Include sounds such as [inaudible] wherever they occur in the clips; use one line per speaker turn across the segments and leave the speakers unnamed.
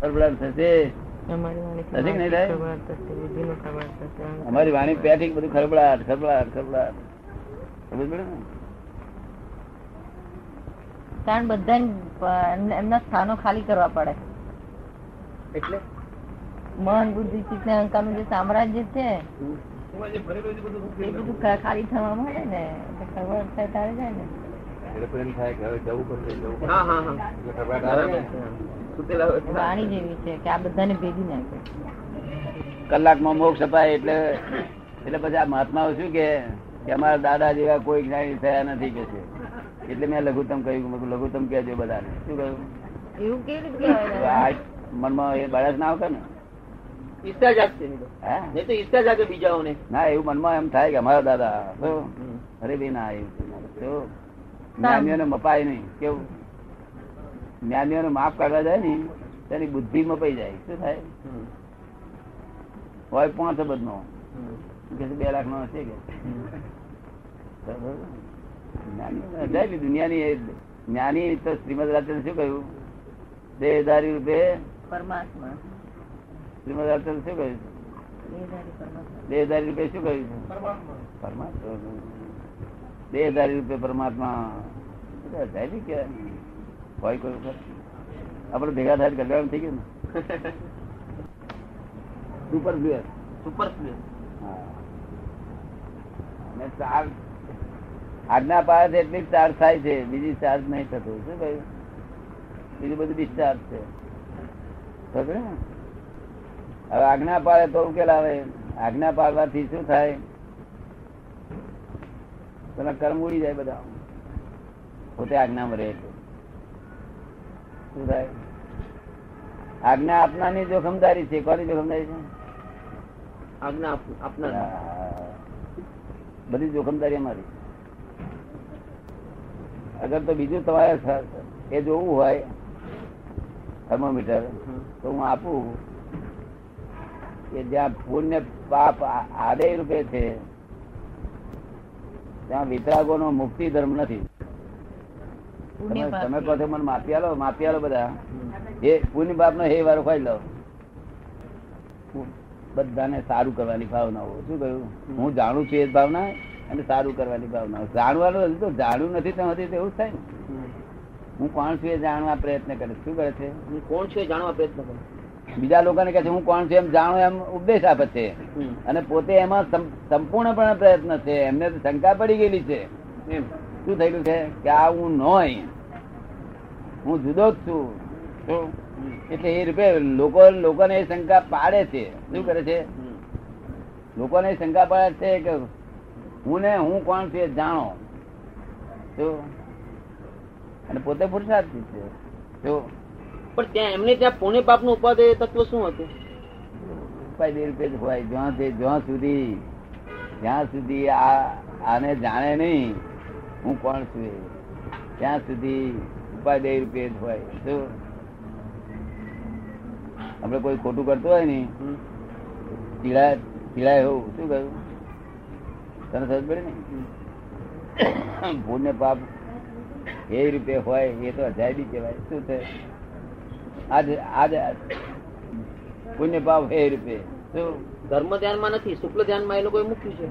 ખળભળાટ થશે
અમારી
થશે
વાણી
કે નહીં થાય?
ખબર થશે બુદ્ધિનો ખબર થશે
અમારી વાણી પેટી બધું ખળભળાટ ખળભળાટ ખળભળાટ સમજ પડે ને
કારણ બધાને અ, એમ- એમના સ્થાનો ખાલી કરવા પડે
એટલે
મન બુદ્ધિ ચિત્ત ને અહંકારનું જે સામ્રાજ્ય છે એ બધું ખા- ખાલી થવા માંડે ને એટલે ખબર થાય તારે જાય ને
એટલે પણ એમ થાય કે હવે જવું પડશે જવું પડશે.
હા હા હા
એટલે ખળભળાટ આવે ને?
વાણી જેવી છે કે આ બધાને ભેગી નાખે
કલાકમાં મોક્ષ અપાય એટલે એટલે પછી આ મહાત્માઓ શું કે કે અમારા દાદા જેવા કોઈ જ્ઞાની થયા નથી કે છે એટલે મેં લઘુત્તમ કહ્યું મેં કીધું લઘુત્તમ કહેજો બધાને શું કહ્યું
એવું કેવી રીતે કહેવાય દાદા?
આ મનમાં એ બાળક ના આવે ને
ઈચ્છા જાગશે નહીં તો.
હા
નહીં તો ઈચ્છા જાગે બીજાઓને
ના એવું મનમાં એમ થાય કે અમારા દાદા તો અરે બે ના એવું તો જ્ઞાનીઓને મપાય નહીં કેવું જ્ઞાનીઓને માફ કાઢવા જાય ને તેની બુદ્ધિ મપાઈ જાય શું થાય
હમ.
હોય પાંચ અબજનો
હમ.
કે છે બે લાખ નો હશે કે
હમ.
બરાબર. જ્ઞાની અજાયબી દુનિયાની એ જ્ઞાની તો શ્રીમદ રાજચંદ્ર શું કહ્યું દેહધારી રૂપે
પરમાત્મા
શ્રીમદ રાજચંદ્ર શું કહ્યું
દેહધારી પરમાત્મા
દેહધારી રૂપે શું કહ્યું પરમાત્મા દેહધારી રૂપે પરમાત્મા એ તો અજાયબી કહેવાય ને. હોય કોઈ વખત આપણે ભેગા થાય તો ગરબામાં થઈ ગયું ને સુપર ડ્યુઅર.
Super smell.
અને ચાર આજ્ઞા પાડે છે એટલી જ ચાર્જ થાય છે બીજી ચાર્જ નહીં થતું શું કહ્યું બીજું બધું ડિસ્ચાર્જ છે ખબર ને? હવે આજ્ઞા પાડે તો ઉકેલ આવે આજ્ઞા પાડવાથી શું થાય પેલા કર્મ ઉડી જાય બધા પોતે આજ્ઞામાં રહે છે શું થાય આજ્ઞા આપનારની જોખમદારી છે કોની જોખમદારી છે
આજ્ઞા આપ- આપનાર
બધી જોખમદારી અમારી અગર તો બીજું તમારે સ- એ જોવું હોય થર્મોમીટર
હમ.
તો હું આપું કે જ્યાં પુણ્ય પાપ આ- આદેય રૂપે છે ત્યાં વિતરાગોનો મુક્તિ ધર્મ નથી
પુણ્ય
તમે- તમે
પાપ.
કહો છો મને માફી આલો માફી આલો બધા
હમ.
એ પુણ્ય પાપ નો હે વારો ખાઈ લો બધાને સારું કરવાની ભાવનાઓ શું કહ્યું હું જાણું છું એ જ ભાવના અને સારું કરવાની ભાવના જાણવાનું હજુ તો જાણવું નથી તો હજી તો એવું જ થાય ને
હમ.
હું કોણ છું એ જાણવા પ્રયત્ન કરે છે. શું કરે છે
હું કોણ છે જાણવા પ્રયત્ન કરો
બીજા લોકોને કહે છે હું કોણ છું એમ જાણો એમ ઉપદેશ આપે છે
હમ.
અને પોતે એમાં સમ- સંપૂર્ણપણે પ્રયત્ન છે એમને તો શંકા પડી ગયેલી છે
એમ
શું થયેલું છે કે આ હું નોય હું જુદો જ છું શું?
હમ.
એટલે એ રૂપે લોકો લોકોને એ શંકા પાડે છે શું કરે છે
હમ.
લોકોને શંકા પાડે છે કે હું ને હું કોણ છું એ જાણો જો અને પોતે પુરુષાર્થી છે જો
પણ ત્યાં એમને ત્યાં પુણ્ય પાપ નું ઉપાદેય તત્વ શું હતું
ઉપાય બે રૂપે જ હોય જ્યાં તે જ્યાં સુધી જ્યાં સુધી આ આને જાણે નહીં હું કોણ છું એ ત્યાં સુધી ઉપાય બે રૂપે જ હોય જો આપણે કોઈ ખોટું કરતું હોય ને
હમ.
પીડા પીડાય હોવું શું કહ્યું તને સમજ પડી
હમ.
ને ભૂલ ને પાપ એ રૂપે હોય એ તો અજાયબી કહેવાય શું છે આજ આજ પુણ્ય પાપ એ રૂપે શું
ધર્મ ધ્યાનમાં નથી શુક્લ ધ્યાનમાં એ લોકોએ મૂક્યું છે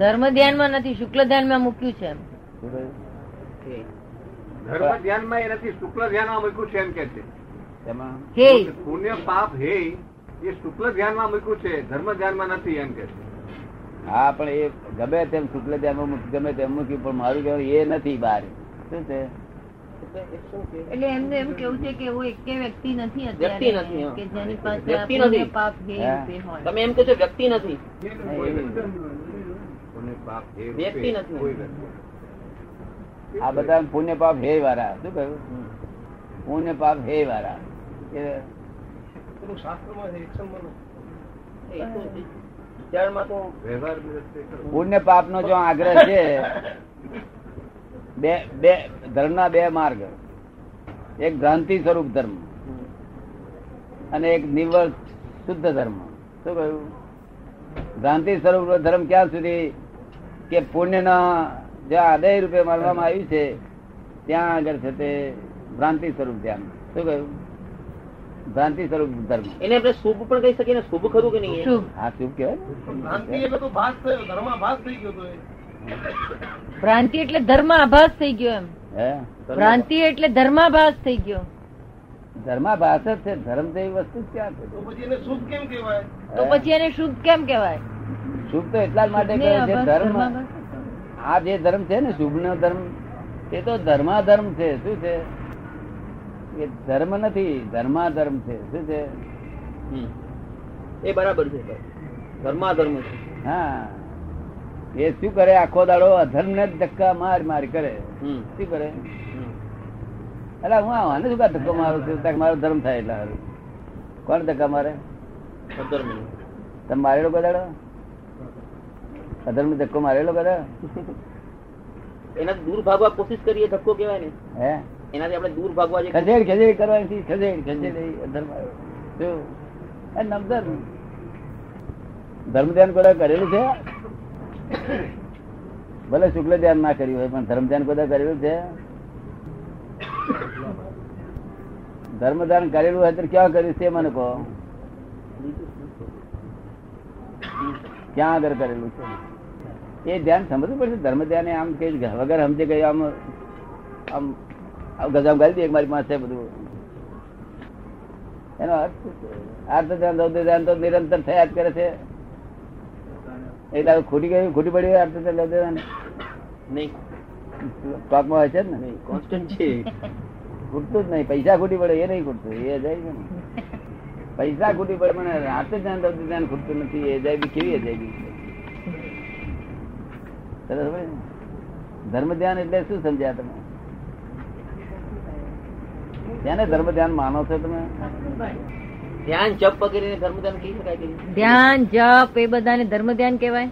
ધર્મ ધ્યાનમાં નથી શુક્લ ધ્યાનમાં મૂક્યું છે એમ.
શું કહ્યું?
ઓકે.
ધર્મ ધ્યાનમાં એ નથી શુક્લ ધ્યાનમાં મૂક્યું છે એમ કે છે
તેમાં
હે
પુણ્ય પાપ હે એ શુક્લ ધ્યાનમાં મૂક્યું છે ધર્મ ધ્યાનમાં નથી એમ કે છે
હા પણ એ ગમે તેમ શુક્લ ધ્યાનમાં મૂકી, ગમે તેમ મૂક્યું પણ મારું કહેવું એ નથી બહાર શું છે
એટલે એ શું કે?
એટલે એમને એમ કેવું છે કે એવો એકે વ્યક્તિ નથી
વ્યક્તિ નથી,
અત્યારે
હા.
કે જેની પાસે આ
વ્યક્તિ નથી.
પુણ્ય પાપ હે
હા.
રૂપે હોય
તમે એમ કહો છો વ્યક્તિ નથી
પુણ્ય પાપ હે
વ્યક્તિ નથી.
કોઈ વ્યક્તિ.
આ બધા પુણ્ય પાપ હે વાળા શું કહ્યું
હમ.
પુણ્ય પાપ હે વાળા એ
એ શું છે? ધ્યાનમાં તો
વ્યવહાર દ્રષ્ટિએ ખરું.
પુણ્ય પાપ નો જો આગ્રહ છે બે બે ધર્મના બે માર્ગ એક ભ્રાંતિ સ્વરૂપ ધર્મ
હમ.
અને એક નિવર્ત શુદ્ધ ધર્મ શું કહ્યું ભ્રાંતિ સ્વરૂપ ધર્મ ક્યાં સુધી કે પુણ્યના જ્યાં આદય રૂપે માનવામાં આવ્યું છે ત્યાં આગળ છે તે ભ્રાંતિ સ્વરૂપ ધ્યાન શું કહ્યું ભ્રાંતિ સ્વરૂપ ધર્મ
એને આપણે શુભ પણ કહી શકીએ ને શુભ ખરું કે નહીં
શુભ
હા શું
ભ્રાંતિ
કહેવાય
એટલે તો ભાસ થયો ધર્માભાસ થઈ ગયો તો એ.
ભ્રાંતિ એટલે ધર્માભાસ થઈ ગયો એમ
હે
ભ્રાંતિ એટલે ધર્માભાસ થઈ ગયો
ધર્માભાસ જ છે ધર્મ જેવી વસ્તુ જ ક્યાં
તો પછી એને શુભ કેમ કહેવાય
તો
છે હે?
પછી એને શુભ કેમ કહેવાય
શુભ તો એટલા જ માટે
શુભને
કહ્યું છે
આભાસ,
ધર્મ
ધર્માભાસ.
આ જે ધર્મ છે ને શુભ નો ધર્મ તે તો ધર્માધર્મ છે શું છે એ ધર્મ નથી ધર્માધર્મ છે શું છે
હમ. એ બરાબર છે સાહેબ. ધર્માધર્મ છે
હા એ શું કરે આખો દાડો અધર્મ ને ધક્કા માર માર કરે
હમ.
શું કરે
હમ.
એટલે હું આને શું કાં ધક્કો મારું છું તાકે મારો ધર્મ થાય એટલે હારું. કોણ ધક્કા મારે
અધર્મ.
તમે મારેલો કદાડો અધર્મ ધક્કો મારેલો કદાડો
એનાથી દૂર ભાગવા કોશિશ કરીએ ધક્કો કહેવાય ને
હે
એનાથી આપણે દૂર ભાગવા જે
ખસેડ ખસેડ કરવાની ખસેડ ખસેડ એ અધર્મ આવ્યો. શું? એ નવધર્મ. ધર્મ ધ્યાન કોઈ દાડો કરેલું છે ભલે શુક્લ ધ્યાન ના કર્યું હોય પણ ધર્મ ધ્યાન કોઈ દાડો કરેલું છે ધર્મ ધ્યાન કરેલું હોય તો ક્યાં કર્યું છે મને કહો ક્યાં આગળ કરેલું છે એ ધ્યાન સમજવું પડશે ધર્મ ધ્યાન એ આમ કે વગર સમજે કે આમ આમ આમ ગજામ ગાળી દે કે મારી પાસે બધું એનો અર્થ શું છે? આર્થ ધ્યાન દૌર્ય ધ્યાન તો નિરંતર થયા જ કરે છે એટલે હવે ખોટી ગયું ખોટી પડી હોય આર્થ ધ્યાન દૌર્ય ધ્યાન
નહીં
સ્ટોકમાં હોય છે જ ને
નહીં કોન્સ્ટન્ટ છે
ખૂટતું જ નહીં પૈસા ખોટી પડે એ નહીં ખૂટતું એ જાય છે ને પૈસા ખોટી પડે પણ આર્થ ધ્યાન દૌર્ય ધ્યાન ખૂટતું નથી એ જાય બી કેવી જાય બી સરસ હોય ને? ધર્મ ધ્યાન એટલે શું સમજ્યા તમે તેને ધર્મ ધ્યાન માનો છો તમે
ધ્યાન જપ વગેરે ધર્મ ધ્યાન કહી શકાય કે નહીં?
ધ્યાન જપ એ બધાને ધર્મ ધ્યાન કહેવાય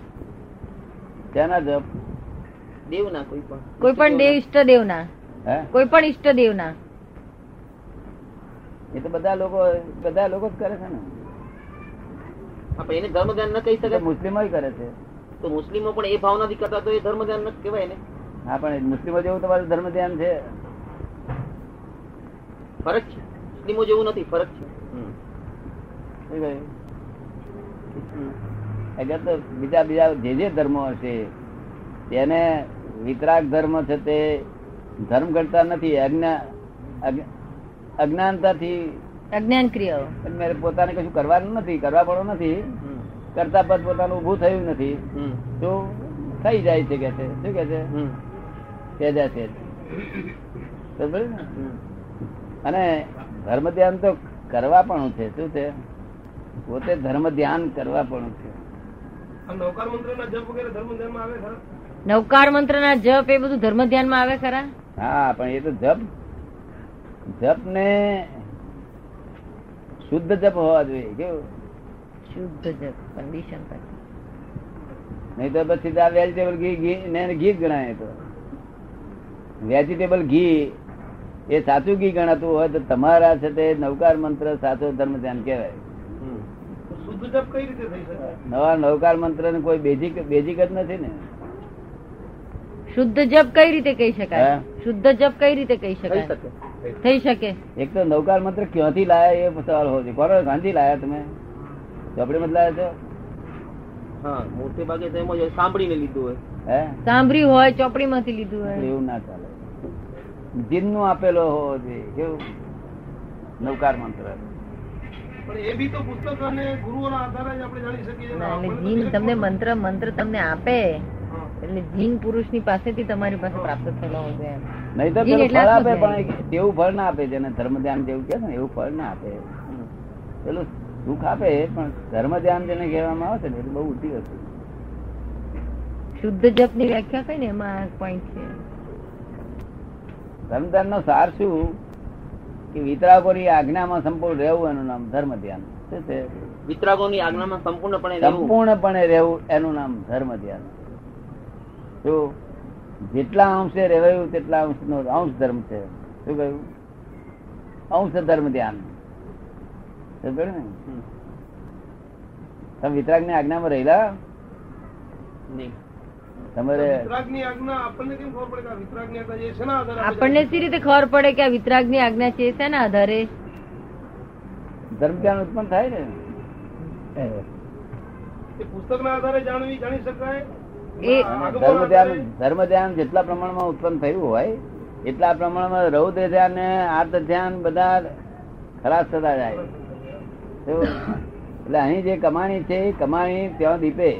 ત્યાંના જપ
દેવના કોઈ પણ
કોઈ પણ દેવ ઈષ્ટ દેવના
હે
કોઈ પણ ઈષ્ટ દેવના
એ તો બધા લોકો બધા લોકો જ કરે છે ને
આપણે એને ધર્મ ધ્યાન ન કહી
એ તો
શકાય
મુસ્લિમોય કરે છે
તો મુસ્લિમો પણ એ ભાવનાથી કરતા તો એ ધર્મ ધ્યાન ન કહેવાય ને
હા પણ મુસ્લિમો જેવું તમારું ધર્મ ધ્યાન છે
ફરક છે મુસ્લિમો જેવું નથી ફરક છે
શું કહ્યું? અગર તો બીજા બીજા જે જે ધર્મો હશે તેને વિતરાગ ધર્મ છે તે ધર્મ કરતા નથી અજ્ઞા અજ્ઞ- અજ્ઞાનતાથી
અજ્ઞાન ક્રિયાઓ
પણ મારે પોતાને કશું કરવાનું નથી કરવા પડવું નથી
હમ.
કરતા પદ પોતાનું ઊભું થયું નથી
હમ.
તો થઈ જાય છે કે છે શું કે છે
હમ.
સહેજા સહેજ. સમજ્યું ને?
હમ.
અને ધર્મ ધ્યાન તો કરવા પણ છે શું છે પોતે ધર્મ ધ્યાન કરવા પણ છે
આ નૌકાર મંત્રના જપ વગેરે ધર્મ ધર્મ આવે ખરા
નવકાર મંત્રના જપ એ બધું ધર્મ ધ્યાનમાં આવે ખરા
હા પણ એ તો જપ જપ ને શુદ્ધ જપ હોવા જોઈએ કેવું
શુદ્ધ જપ કન્ડિશન પાછી.
નહીં તો પછી આ વેજીટેબલ ઘી ઘી ને એને ઘી જ ગણાય એ તો વેજીટેબલ ઘી એ સાચું ઘી ગણાતું હોય તો તમારા છે તે નવકાર મંત્ર સાચો ધર્મ ધ્યાન કહેવાય
હમ.
તો શુદ્ધ જપ કઈ રીતે થઈ શકે
નવા નવકાર મંત્ર ને કોઈ બેઝિક બેઝિક જ નથી ને
શુદ્ધ જપ કઈ રીતે કહી શકાય શુદ્ધ જપ કઈ રીતે કહી
કહી
શકાય
શકે
થઈ શકે
એક તો નવકાર મંત્ર ક્યાંથી લાયા એ સવાલ હોવો જોઈએ કોનો ગાંધી લાયા તમે ચોપડીમાં જ લાયા છો
હા મોટે ભાગે તો એમ જ હોય, સાંભળીને લીધું હોય
હે
સાંભળ્યું હોય ચોપડીમાંથી લીધું હોય
એવું ના ચાલે જીનનું આપેલો હોવો જોઈએ કેવું નવકાર મંત્ર
પણ એ બી તો પુસ્તક અને ગુરુઓના આધારે જ આપણે જાણી શકીએ છીએ.
ના, એટલે
આપણને તો
જીન
direct
તમને મંત્ર મંત્ર તમને આપે
હા.
એટલે જીન પુરુષની પાસેથી તમારી પાસે પ્રાપ્ત થયેલો હોય છે એમ.
નહીં તો
જી,
પેલું
એટલા
ફળ
જ
આપે
સમજાય.
પણ એવું ફળ ના આપે જેને ધર્મ ધ્યાન જેવું કે ને એવું ફળ ના આપે
હમ.
પેલું સુખ આપે પણ ધર્મ ધ્યાન જેને કહેવામાં આવે છે ને એટલે બહુ ઊંચી વસ્તુ છે.
શુદ્ધ જપની વ્યાખ્યા કઈ ને એમાં આ point છે
ધર્મ ધ્યાનનો સાર શું કે વિતરાગોની આજ્ઞામાં સંપૂર્ણ રહેવું એનું નામ ધર્મ ધ્યાન શું છે
વિતરાગોની આજ્ઞામાં સંપૂર્ણપણે રહેવું
સંપૂર્ણપણે રહેવું એનું નામ ધર્મ ધ્યાન જો જેટલા અંશે રહેવાયું તેટલા અંશનો અંશ ધર્મ છે શું કહ્યું અંશ ધર્મ ધ્યાન સમજ્યો ને
હમ.
તમે વિતરાગની આજ્ઞામાં રહેલા
નહીં
તમારે
વિતરાગની આજ્ઞા આપણને કેમ ખબર પડે કે આ વિતરાગની આજ્ઞા જે છે ને આધારે આપણે
આપણને સી રીતે ખબર પડે કે આ વિતરાગની આજ્ઞા છે શેના આધારે
ધર્મ જ્ઞાન ઉત્પન્ન થાય ને એ.
એ પુસ્તકના આધારે જાણવી જાણી શકાય
એ
અને
આગમન
ધર્મ
આધારે
ધ્યાન ધર્મ ધ્યાન જેટલા પ્રમાણમાં ઉત્પન્ન થયું હોય એટલા પ્રમાણમાં રૌદ્ર ધ્યાન ને આર્ત ધ્યાન બધા ખલાસ થતા જાય તો એટલે અહીં જે કમાણી છે એ કમાણી ત્યાં દીપે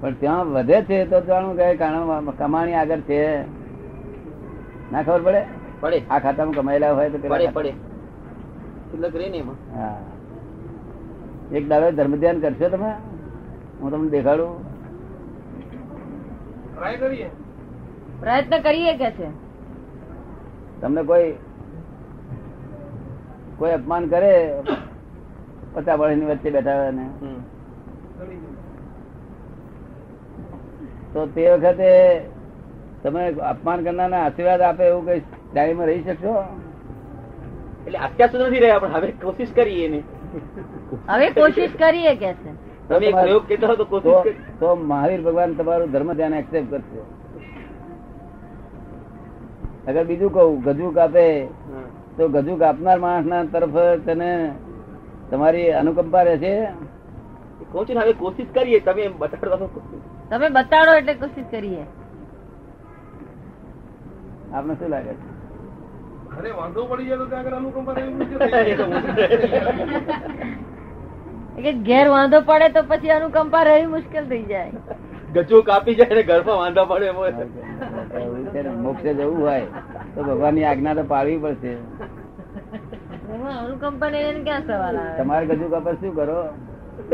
પણ ત્યાં વધે છે તો જાણું કે કારણ કમાણી આગળ છે ના ખબર પડે
પડે
આ ખાતામાં કમાયેલા હોય તો પેલા
પડે
ખાતા-
પડે શિલ્લક રે ને એમાં
હા એક દાડો ધર્મ ધ્યાન કરશો તમે હું તમને દેખાડું
ટ્રાય કરીએ
પ્રયત્ન કરીએ કે છે
તમને કોઈ કોઈ અપમાન કરે પચાસ વર્ષની વચ્ચે બેઠા હોય ને
હમ.
કરી જોઈએ.
તો તે વખતે તમે અપમાન કરનારને આશીર્વાદ આપે એવું કઈ ડાયરીમાં રહી શકશો
એટલે અત્યાર સુધી નથી રહ્યા પણ હવે કોશિશ કરીએ એની
હવે કોશિશ કરીએ કે છે
તો
તમે એક
તમારે-
પ્રયોગ કહેતા હો તો કોશિશ
તો
કરી
તો મહાવીર ભગવાન તમારું ધર્મ ધ્યાન એક્સેપ્ટ કરશે અગર બીજું કહું ગજુ કાપે
હા.
તો ગજુ કાપનાર માણસના તરફ તેને તમારી અનુકંપા રહેશે
કહું છું ને હવે કોશિશ કરીએ તમે એમ
[laughs]
બતાડવાનો કોશિશ.
તમે બતાડો એટલે કોશિશ કરીએ
આપને શું લાગે છે
અરે વાંધો પડી જાય તો ત્યાં આગળ અનુકંપા રહેવું
એ તો
છે
કે ઘેર વાંધો પડે તો પછી અનુકંપા રહેવી મુશ્કેલ થઈ જાય
ગજુ કાપી જાય ને ઘરમાં વાંધા પડે એમ હોય.
એવું છે ને, મોક્ષે જવું હોય તો ભગવાનની આજ્ઞા તો પાડવી પડશે
એમાં અનુકંપા ને એને ક્યાં સવાલ આવે
તમારે ગજુ કપર શું કરો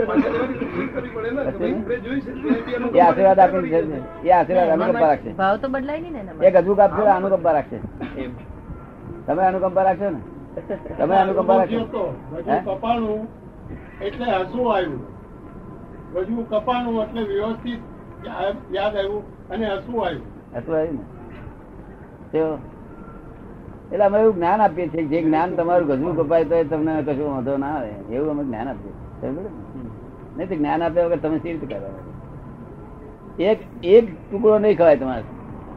પાછા જવાની કોશિશ કરવી પડે ને કે ભાઈ આપણે જોઈ શકીએ એ બી
એ
અનુકંપા
આશીર્વાદ આપીને
કરી
જશે. એ આશીર્વાદ અનુકંપા રાખશે
ભાવ તો બદલાય નહીં ને એના માટે.
એ ગજુ કાપશે તો અનુકંપા રાખશે
એમ.
તમે અનુકંપા રાખશો ને તમે અનુકંપા રાખશો હે?
કપાણું એટલે હસવું આવ્યું ગજુ કપાણું એટલે વ્યવસ્થિત યાદ યાદ આવ્યું અને હસવું આવ્યું
હતું આવ્યું ને તો એટલે અમે એવું જ્ઞાન આપીએ છીએ જે જ્ઞાન તમારું ગજવું કપાય તો તમને કશું વાંધો ના આવે એવું અમે જ્ઞાન આપીએ સમજો ને? નહીં તો જ્ઞાન આપ્યા વગર તમે સી રીતે કરો એક એક ટુકડો નહીં ખવાય તમારે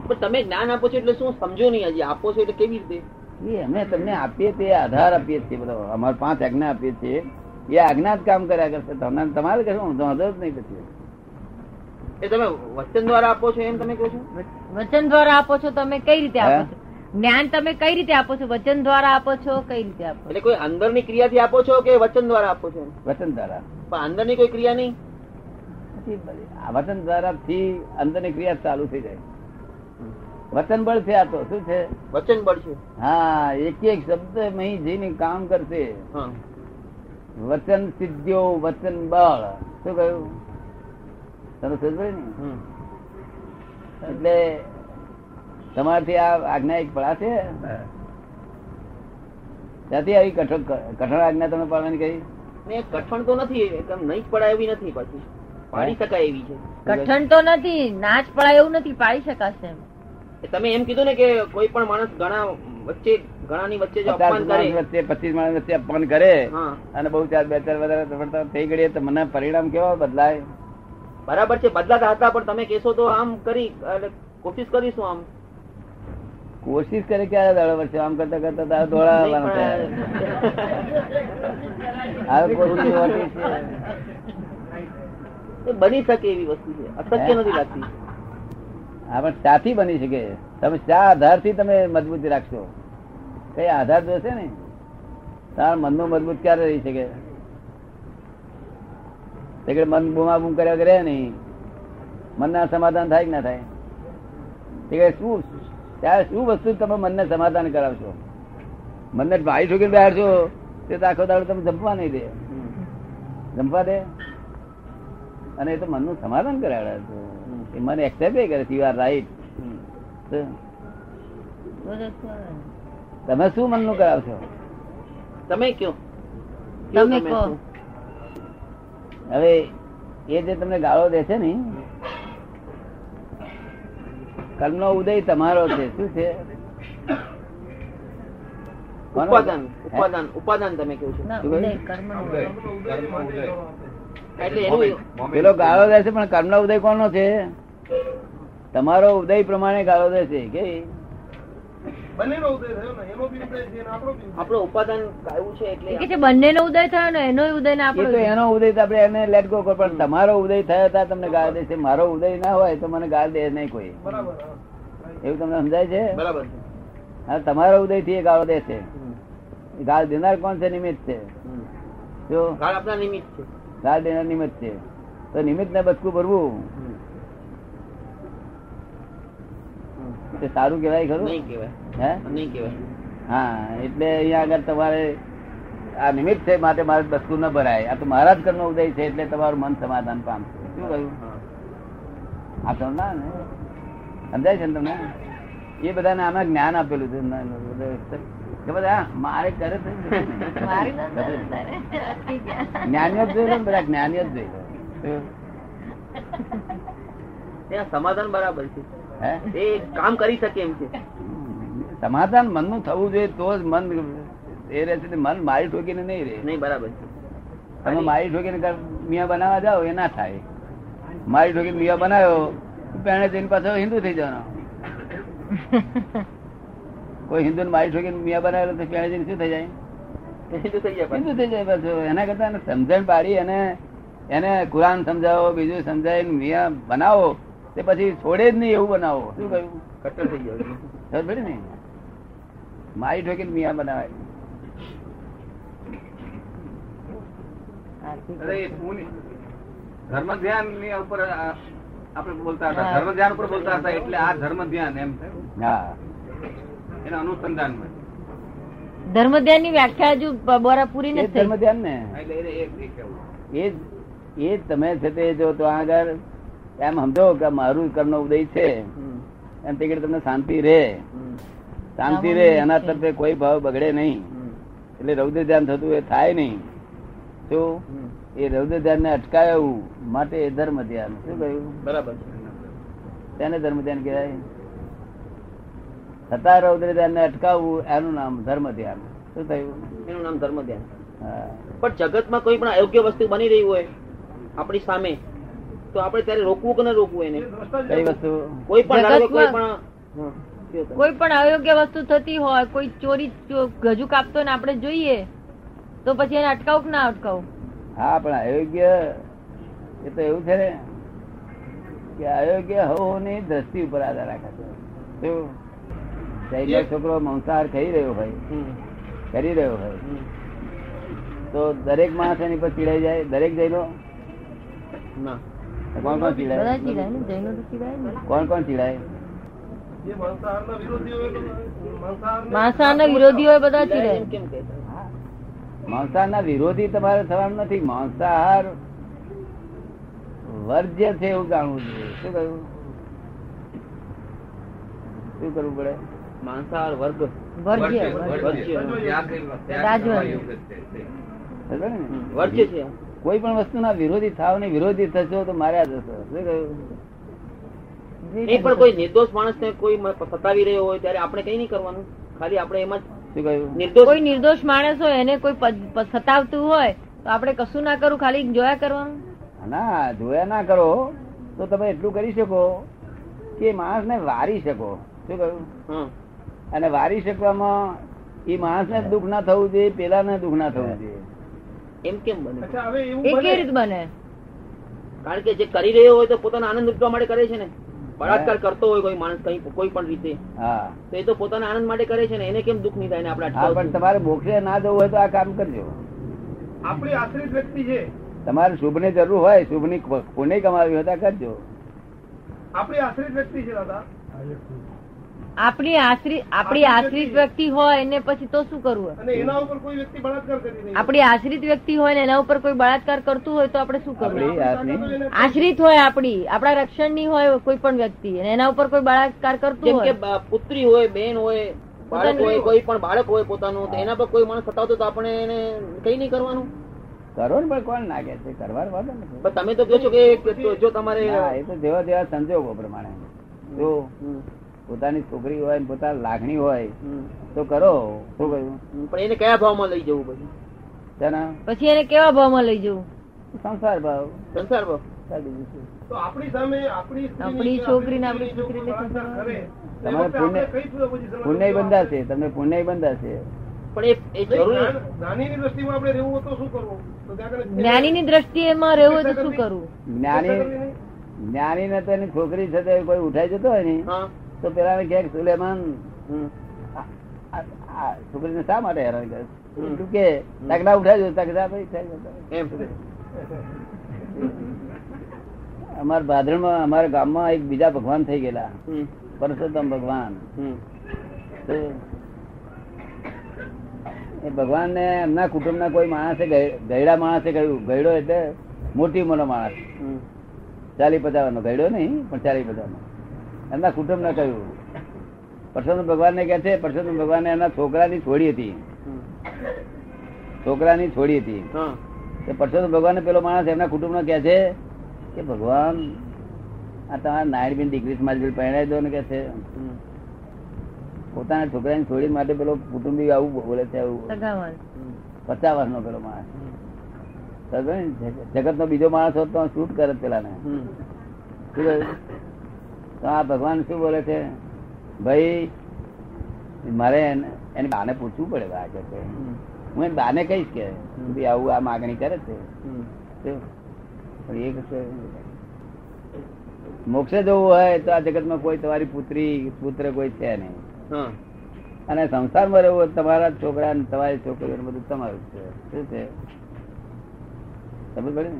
પણ તમે જ્ઞાન આપો છો એટલે શું સમજો નહીં હજી આપો છો એટલે કેવી રીતે
એ અમે તમને આપીએ તે આધાર આપીએ છીએ બધો અમારે પાંચ આજ્ઞા આપીએ છીએ એ આજ્ઞા જ કામ કર્યા કરશે તમને તમારે કશું વાંધો જ નહીં પછી
એ તમે વચન દ્વારા આપો છો એમ તમે કહો છો
વચન દ્વારા આપો છો તમે કઈ રીતે
હે?
આપો છો જ્ઞાન તમે કઈ રીતે આપો છો વચન દ્વારા આપો છો કઈ રીતે આપો છો
એટલે કોઈ અંદરની ક્રિયાથી આપો છો કે વચન દ્વારા આપો છો
વચન દ્વારા
પણ અંદરની કોઈ ક્રિયા નહીં
પછી બધી- આ વચન દ્વારા થી અંદરની ક્રિયા ચાલુ થઈ જાય વચન બળ છે આ તો શું છે
વચન બળ છે
હા એક એક શબ્દ મહી જઈને કામ કરશે
હા
વચન સિદ્ધિઓ વચન બળ શું કહ્યું તમે સમજો ને
હમ.
એટલે તમારથી આ આજ્ઞા એક પડાશે ત્યાંથી આવી કઠોર કઠોર આજ્ઞા તમે પાડવાની કહી
ને કઠણ તો નથી એકદમ નહીં જ પડાય એવી નથી પાછી પાડી શકાય એવી છે
કઠણ તો નથી નાચ પડાય એવું નથી પાડી શકાશે એમ
એ તમે એમ કીધું ને કે કોઈ પણ માણસ ઘણા વચ્ચે ઘણાની વચ્ચે જો
પચાસ
અપમાન
માણસ
કરે
વચ્ચે પચીસ માણસ વચ્ચે અપમાન કરે
હા
અને બહુ ચાર બે ચાર વધારે તફડતા થઈ ગઈ તો મને પરિણામ કેવા બદલાય
બરાબર છે બદલાતા હતા પણ તમે કહેશો તો આમ કરી એટલે કોશિશ કરીશું આમ
કોશિશ કરે ક્યારે દાડો વર્ષે આમ કરતા કરતા તારા ધોળા આવવાના
નહીં
છે.
પણ
હવે કોશિશ હોતી છે.
એ બની શકે એવી વસ્તુ છે અશક્ય નથી લાગતી
આ પણ સાથી બની શકે તમે શા આધારથી તમે મજબૂતી રાખશો કઈ આધાર જોશે ને તારા મનનું મજબૂત ક્યારે રહી શકે તે કે મન બૂમાબૂમ કર્યા વગર રહે નહીં મનના સમાધાન થાય કે ના થાય તે કે શું ત્યારે શું વસ્તુ તમે મનને સમાધાન કરાવશો મનને ભાઈ ઠોકીને બેહાડશો તે તો આખો દાડો તમે જમવા નહીં દે જમવા દે અને એ તો મનનું સમાધાન કરાવે છે એ મને એક્સેપ્ટ કરે યુ આર રાઈટ
બોલો શું આવે?
તમે શું મનનું કરાવશો
તમે કયો કયો
તમે કહો
શું?
હવે એ જે તમને ગાળો દે છે ને કર્મનો ઉદય તમારો છે શું છે કોનો?
ઉપાદાન
હે?
ઉપાદાન ઉપાદાન તમે કહો છો
ના
શું કહ્યું?
ઉદય કર્મનો ઉદય.
શકીએ. ઉદય માટે જવાબ આપે.
એટલે એનું
પેલો ગાળો દે છે પણ કર્મનો ઉદય કોનો છે તમારો ઉદય પ્રમાણે ગાળો દે છે કે
બંનેનો ઉદય થયો ને એનો બી ઉદય છે અને આપણો બી ઉદય.
આપણો ઉપાદાન કાયું છે એટલે
એ કે છે બંનેનો ઉદય થયો ને એનો ઉદય ને
એ તો
આપણો
એનો ઉદય તો આપણે એને લેટ ગો કરો પણ તમારો ઉદય થયો હતા તમને ગાળ દે છે મારો ઉદય ના હોય તો મને ગાળ દે નહીં કોઈ
બરાબર હા.
એવું તમને સમજાય છે
બરાબર છે
હા તમારા ઉદય થી એ ગાળો દે છે
હમ.
ગાળ દેનાર કોણ છે નિમિત્ત છે
હમ.
જો
કાળ આપણા નિમિત્ત છે
ગાળ દેનાર નિમિત્ત છે તો નિમિત્ત ને બચકું ભરવું
હમ.
તે સારું કહેવાય ખરું
નહીં કહેવાય
હે
નહીં કહેવાય
હા એટલે અહીંયા આગળ તમારે આ નિમિત્ત છે માટે મારે બચકું ન ભરાય આ તો મહારાજ કર્મનો ઉદય છે એટલે તમારું મન સમાધાન પામશે શું કહ્યું
હા.
આ સમજાય ને સમજાય છે ને તમને એ બધાને આમાં જ્ઞાન આપેલું છે કે બધા આ મારે કરે છે ને. જ્ઞાનીઓ જ જોઈ લો ને બધા જ્ઞાનીઓ જ જોઈ લો.
ત્યાં સમાધાન બરાબર છે
હે
એ કામ કરી શકે એમ છે
સમાધાન મનનું થવું જોઈએ તો જ મન એ રહેશે ને મન મારી ઠોકીને નહીં રહે
નહીં બરાબર છે
તમે મારી ઠોકીને કર- મિયા બનાવવા જાઓ એ ના થાય મારી ઠોકીને મિયા બનાવ્યો તો એણે જઈને પાછો હિન્દુ થઈ જવાનો કોઈ હિન્દુ મારી ઠોકીને મિયા બનાવેલો તો પેણે જઈને શું થઈ જાય
હિન્દુ થઈ જાય પાછું.
હિન્દુ થઈ જાય પાછો એના કરતા એને સમજણ પાડી અને એને કુરાન સમજાવો બીજું સમજાવીને મિયા બનાવો તે પછી છોડે જ નહીં એવું બનાવો શું કહ્યું
કટ્ટર થઈ જાય
ખબર પડી ને મારી ઠોકીને મિયા બનાવાય
અરે એ પુણ્ય- ધર્મ ધ્યાન ની ઉપર આ આપણે બોલતા હતા ધર્મ ધ્યાન ઉપર બોલતા હતા એટલે આ ધર્મ ધ્યાન એમ થયું.
હા
એના અનુસંધાનમાં.
ધર્મ ધ્યાન ની વ્યાખ્યા હજુ બ- બરા પૂરી
એ જ
નથી
ધર્મ
થઈ
ધ્યાન ને
એટલે એને એ- એ કહેવું.
એ જ- એ જ તમે છે તે જો તો આગળ એમ સમજો કે મારું કર્મનો ઉદય છે
હમ.
અને તે કીધું તમને શાંતિ રહે
હમ.
શાંતિ રહે એના તરફે કોઈ ભાવ બગડે નહીં
હમ.
એટલે રૌદ્ર ધ્યાન થતું એ થાય નહીં તો
હમ.
એ રૌદ્ર ધ્યાનને અટકાવવું માટે એ ધર્મ ધ્યાન શું કહ્યું
બરાબર છે
તેને ધર્મ ધ્યાન કહેવાય છતાં રૌદ્ર ધ્યાનને અટકાવવું એનું નામ ધર્મ ધ્યાન શું થયું
એનું નામ ધર્મ ધ્યાન
હા.
પણ જગતમાં કોઈ પણ અયોગ્ય વસ્તુ બની રહી હોય આપણી સામે તો આપણે ત્યારે રોકવું કે ન રોકવું એને
કઈ વસ્તુ
કોઈ પણ ધારો કે કોઈ
જગતમાં-
પણ હમ. કયો તમે?
કોઈ પણ અયોગ્ય વસ્તુ થતી હોય કોઈ ચોરી ચો- ગજુ કાપતો ને આપણે જોઈએ તો પછી એને અટકાવું કે ના અટકાવું
હા પણ અયોગ્ય એ તો એવું છે ને કે અયોગ્ય હોવાની દ્રષ્ટિ ઉપર આધાર રાખે છે શું? જઈને છોકરો માંસાહાર ખાઈ રહ્યો હોય
હમ.
કરી રહ્યો હોય
હમ.
તો દરેક માણસ એની પર ચીડાઈ જાય દરેક જઈનો
ના
કોણ કોણ
બધા
ચીડાય
ચીડાય ને જૈનો તો ચીડાય ને
કોણ કોણ ચીડાય
જે માંસાહારના વિરોધી હોય તો માંસાહારને-
માંસાહારના વિરોધી હોય બધા
ચીડાય
ચીડાય
એમ કેમ કહેતા?
માંસાહારના વિરોધી તમારે થવાનું નથી માંસાહાર વર્જ્ય છે એવું જાણવું જોઈએ શું કહ્યું શું કરવું પડે
માંસાહાર વર્ગ
વર્જ્ય
વર્જ્ય,
વર્જ્ય.
વર્જ્ય.
વર્જ્ય.
ત્યાં કઈ વાત- ત્યાં કઈ
રાજવર્જ્ય.
વાત એવું જ છે.
ખબર ને?
વર્જ્ય છે આ.
કોઈ પણ વસ્તુના વિરોધી થાવ ને વિરોધી થશો તો માર્યા જશો શું કહ્યું
નહીં પણ કોઈ નિર્દોષ માણસને કોઈ મ- ફસાવી રહ્યો હોય ત્યારે આપણે કઈ નહીં કરવાનું ખાલી આપણે એમાં
શું
જ
કહ્યું
કોઈ
નિર્દોષ
નિર્દોષ માણસ હોય એને કોઈ પદ- પ- સતાવતું હોય તો આપણે કશું ના કરવું ખાલી જોયા કરવાનું
ના જોયા ના કરો તો તમે એટલું કરી શકો કે માણસને વારી શકો શું કહ્યું
હા
અને વારી શકવામાં એ માણસને દુઃખ ના થવું જોઈએ પેલાને દુઃખ ના થવું જોઈએ
એમ કેમ બને
અચ્છા હવે એવું
એ કેવી
બને
રીત બને
કારણ કે જે કરી રહ્યો હોય તો પોતાનો આનંદ લૂટવા માટે કરે છે ને બળાત્કાર કરતો હોય કોઈ માણસ કઈ કોઈ પણ રીતે
હા
તો એ તો પોતાના આનંદ માટે કરે છે ને એને કેમ દુઃખ નહીં થાય ને આપણે
હા પણ
અટકાવવું?
તમારે મોક્ષે ના જવું હોય તો આ કામ કરજો
આપણી આશ્રિત વ્યક્તિ છે
તમારે શુભની જરૂર હોય શુભની કો- કોને કમાવી હોય તો આ કરજો
આપણી આશ્રિત વ્યક્તિ છે દાદા
આપણી આશ્રિત આપણી આશ્રિત વ્યક્તિ હોય એને પછી તો શું કરવું
અને એના ઉપર કોઈ વ્યક્તિ બળાત્કાર કરી રહી છે.
આપણી આશ્રિત વ્યક્તિ હોય ને એના ઉપર કોઈ બળાત્કાર કરતું હોય તો આપણે શું કરવું
આપણી
તાકાતો
આસની
એને-
આશ્રિત હોય આપણી આપણા રક્ષણ ની હોય કોઈ પણ વ્યક્તિ અને એના ઉપર કોઈ બળાત્કાર કરતું
જેમ કે
હોય
બ- પુત્રી હોય બેન હોય બાળક હોય કોઈ પણ બાળક હોય પોતાનું તો એના પર કોઈ માણસ સતાવતો તો આપણે એને કઈ નહીં કરવાનું
કરો ને પણ કોણ નાગે છે કરવાનો વાંધો નથી
પણ તમે તો કહો છો કે એક- જો- જો તમારે
ના, એ તો જેવા જેવા સંજોગો પ્રમાણે જો
હમ,
પોતાની છોકરી હોય ને પોતાની લાગણી હોય
હમ,
તો કરો શું કહ્યું
હમ. પણ એને કયા ભાવમાં લઈ જવું પછી
તેના
પછી એને કેવા ભાવમાં લઈ જવું
સંસાર ભાવ
સંસાર ભાવ
તાર બીજું શું?
તો આપણી સામે આપણી સ્ત્રીની
આપણી
કે
છોકરીને આપણી
દીકરીની જો
દીકરીને
પ્રાર્થના
સંભાળવા
કરે,
તમારે પુણ્ય-
તો એ વખતે આપણે કઈ position માં
પુણ્ય
રહેવું?
બંધાશે તમને પુણ્ય બંધાશે
પણ એ એ
નહીં,
જરૂરી
જ્ઞાન- જ્ઞાનીની દ્રષ્ટિમાં આપણે રહેવું હોય તો શું કરવું તો ત્યાં આગળ-
જ્ઞાનીની દ્રષ્ટિએ એમાં રહેવું હોય તો શું કરવું
જ્ઞાની
કરવી નહીં?
જ્ઞાની ને તો એની છોકરી છે તે કોઈ ઉઠાઈ જતો હોય ને
હા
તો પેલા ક્યાંક સુલેમાન આ- આ- આ છોકરીને શા માટે હેરાન કરે છે? તું કે તાક ના ઉઠાઈ જતો તાક જા ભાઈ ઉઠાઈ જતો.
એમ
અમારા ભાદરણમાં અમારા ગામમાં એક બીજા ભગવાન થઈ ગયેલા
હમ,
પરસોત્તમ ભગવાન
હમ,
તો એ ભગવાનને એમના કુટુંબના કોઈ માણસે ગય- ગયડા માણસે કહ્યું ગયડો એટલે મોટી ઉંમરનો માણસ
હમ.
ચાલી પચાવવાનો ગયડો નહીં પણ ચાલી પચાવવાનો એમના કુટુંબને કહ્યું પરસોત્તમ ભગવાનને કહે છે પરસોત્તમ ભગવાનને એમના છોકરાની છોડી હતી છોકરાની છોડી હતી
હા
તો પરસોત્તમ ભગવાન પેલો માણસ એમના કુટુંબનો કહે છે કે ભગવાન આ તમારા નાયણબેન દીકરી મારી જોડે પરણાવી દો ને કે છે
હમ,
પોતાના છોકરાની છોડી માટે પેલો કુટુંબી આવું બોલે છે આવું
સગાવાન
હમ,
પચાસ વર્ષનો પેલો માણસ
હમ,
જગત નો બીજો માણસ હોત તો શૂટ કરે પેલા ને
હમ.
તો આ ભગવાન શું બોલે છે ભાઈ મારે એને- એની બાને પૂછવું પડે આ કે છે.
હમ,
હું એની બાને કહીશ કે ભાઈ આવું આ માગણી કરે છે
હમ.
શું? પણ એ કશે મોક્ષે જવું હોય તો આ જગતમાં કોઈ તમારી પુત્રી પુત્ર કોઈ છે નહીં
હા
અને સંસારમાં રહેવું હોય તો તમારા જ છોકરા ને તમારી છોકરીઓ ને બધું તમારું જ છે શું છે ખબર પડે ને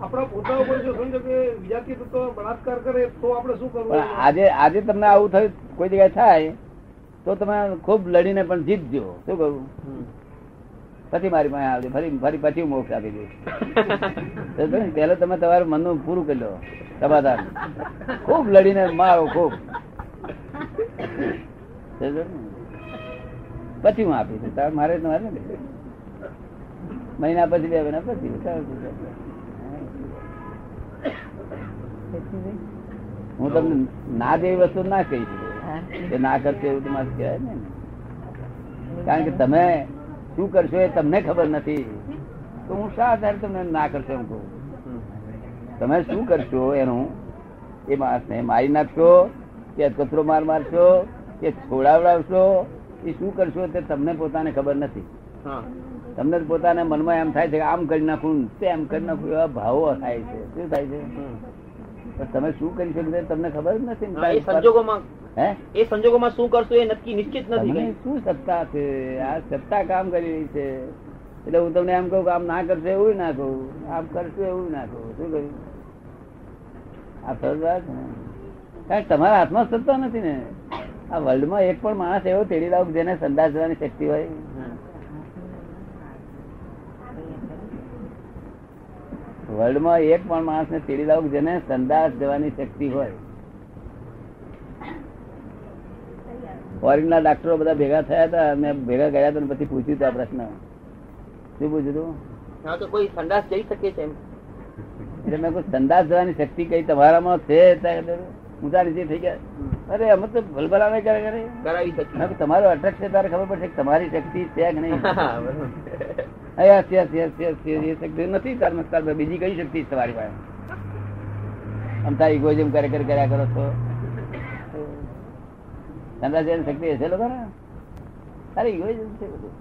આપણા પોતા ઉપર જો સમજો કે વિજાતીય તત્વ બળાત્કાર કરે તો આપણે શું કરવું
પણ આજે આજે તમને આવું થયું કોઈ જગ્યાએ થાય તો તમે ખૂબ લડીને પણ જીતજો શું કહું
હમ.
પછી મારી પાસે આવજો ફરી ફરી પછી હું મોક્ષ આપી દઈશ પેલો તમે તમારું મનનું પૂરું કરી લો સમાધાન ખૂબ લડીને મારો ખૂબ સમજો ને? પછી હું આપી દઈશ તારે મારે તમારે નથી. મહિના પછી બે મહિના પછી તારે. હું તમને ના જેવી વસ્તુ ના કહી શકું
હા.
કે ના કરશો એવું તમારે કહેવાય ને કારણ કે તમે શું કરશો એ તમને ખબર નથી તો હું શા આધારે તમને ના કરશો એમ કહું તમે શું કરશો એનું એ માણસને મારી નાખશો કે કચરો માર મારશો કે છોડાવડાવશો એ શું કરશો તે તમને પોતાને ખબર નથી
હા
તમને પોતાને મનમાં એમ થાય છે કે આમ કરી નાખું તેમ કરી નાખું એવા ભાવો થાય છે શું થાય છે
હમ.
પણ તમે શું કરી શકો તે તમને ખબર જ નથી
હા, એ સંજોગોમાં
હે
એ સંજોગોમાં શું કરશું એ નક્કી નિશ્ચિત નથી
તમને
કઈ.
શું સત્તા છે આ સત્તા કામ કરી રહી છે એટલે હું તમને એમ કહું કે આમ ના કરશો એવું ના કહું આમ કરશો એવું ના કહું શું કહ્યું આ સરસ વાત છે ને. કારણ કે તમારા હાથમાં સત્તા નથી ને આ વર્લ્ડમાં એક પણ માણસ એવો તેડી લાવ જેને સંદાસ જવાની શક્તિ હોય વર્લ્ડમાં એક પણ માણસને તેડી લાવ જેને સંદાસ જવાની શક્તિ હોય ફોરેનના ડાક્ટરો બધા ભેગા થયા હતા મેં ભેગા ગયા હતા ને પછી પૂછ્યું હતું આ પ્રશ્ન શું પૂછ્યું હતું
હા તો કોઈ સંડાસ જઈ શકે છે એમ
એટલે મેં કોઈ સંદાસ જવાની શક્તિ કઈ તમારામાં છે ત્યાં ઊંચા નીચે થઈ ગયા અરે અમે તો ભલભલાને કરે કરે મેં
કરાવી શકીએ
કીધું, તમારો અટક છે તારે ખબર પડશે કે તમારી શક્તિ છે કે નહીં
હા, બરાબર.
અરે આ છે, આ છે, આ છે, આ છે, એ શક્તિ નથી તાર મસ્ત તાર બીજી કઈ શક્તિ છે તમારી પાસે આમ તારી ઇગોઇઝમ કરે કરે કર્યા કરો છો સંદાસ જવાની શક્તિ હશે લોકો તારી ઇગોઇઝમ છે બધું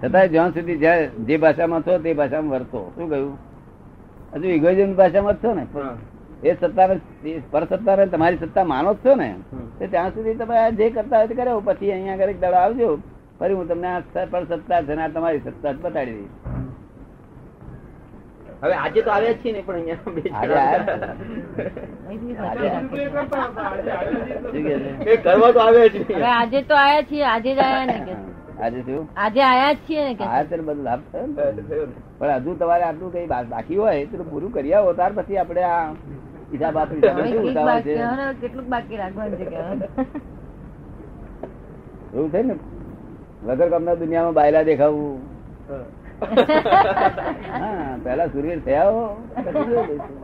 છતાંય જ્યાં સુધી જ્યાં જે ભાષામાં છો તે ભાષામાં વર્તો શું કહ્યું હજુ ઇગોઇઝમ ભાષામાં જ છો ને
હા.
એ સત્તાને એ પરસત્તાને તમારી સત્તા માનો જ છો ને
હમ.
તો ત્યાં સુધી તમે આ જે કરતા હોય તે કરો પછી અહીંયા આગળ એક દાડો આવજો ફરી હું તમને આ સ- પરસત્તા છે ને આ તમારી સત્તા જ બતાડી દઈશ
હવે આજે તો આવ્યા જ છીએ ને પણ અહીંયા બે
આજે
જણા.
એટલી
આજે
સાથે
આ-
રાખે
શું
છે.
કે છે?
એ કરવા તો આવ્યા જ
હવે
છીએ
આજે તો આયા છીએ આજે જ આયા ને કે
આજે શું
આજે આયા જ છીએ ને કે
હા ત્યારે બધું લાભ થયો ને પણ હજુ તમારે આટલું કઈ બા- બાકી હોય તો પૂરું કરી આવો ત્યાર પછી આપણે આ હિસાબ આપી
હવે
શકીએ. શું ઉતાવળ
કેટલીક બાકી
છે
હવે કેટલુંક બાકી રાખવાનું છે કે હવે?
એવું થાય ને વગર કામના દુનિયામાં બાયલા દેખાવું હા પેલા સુરવીર થયા હો પછી જોઈ લઈશું.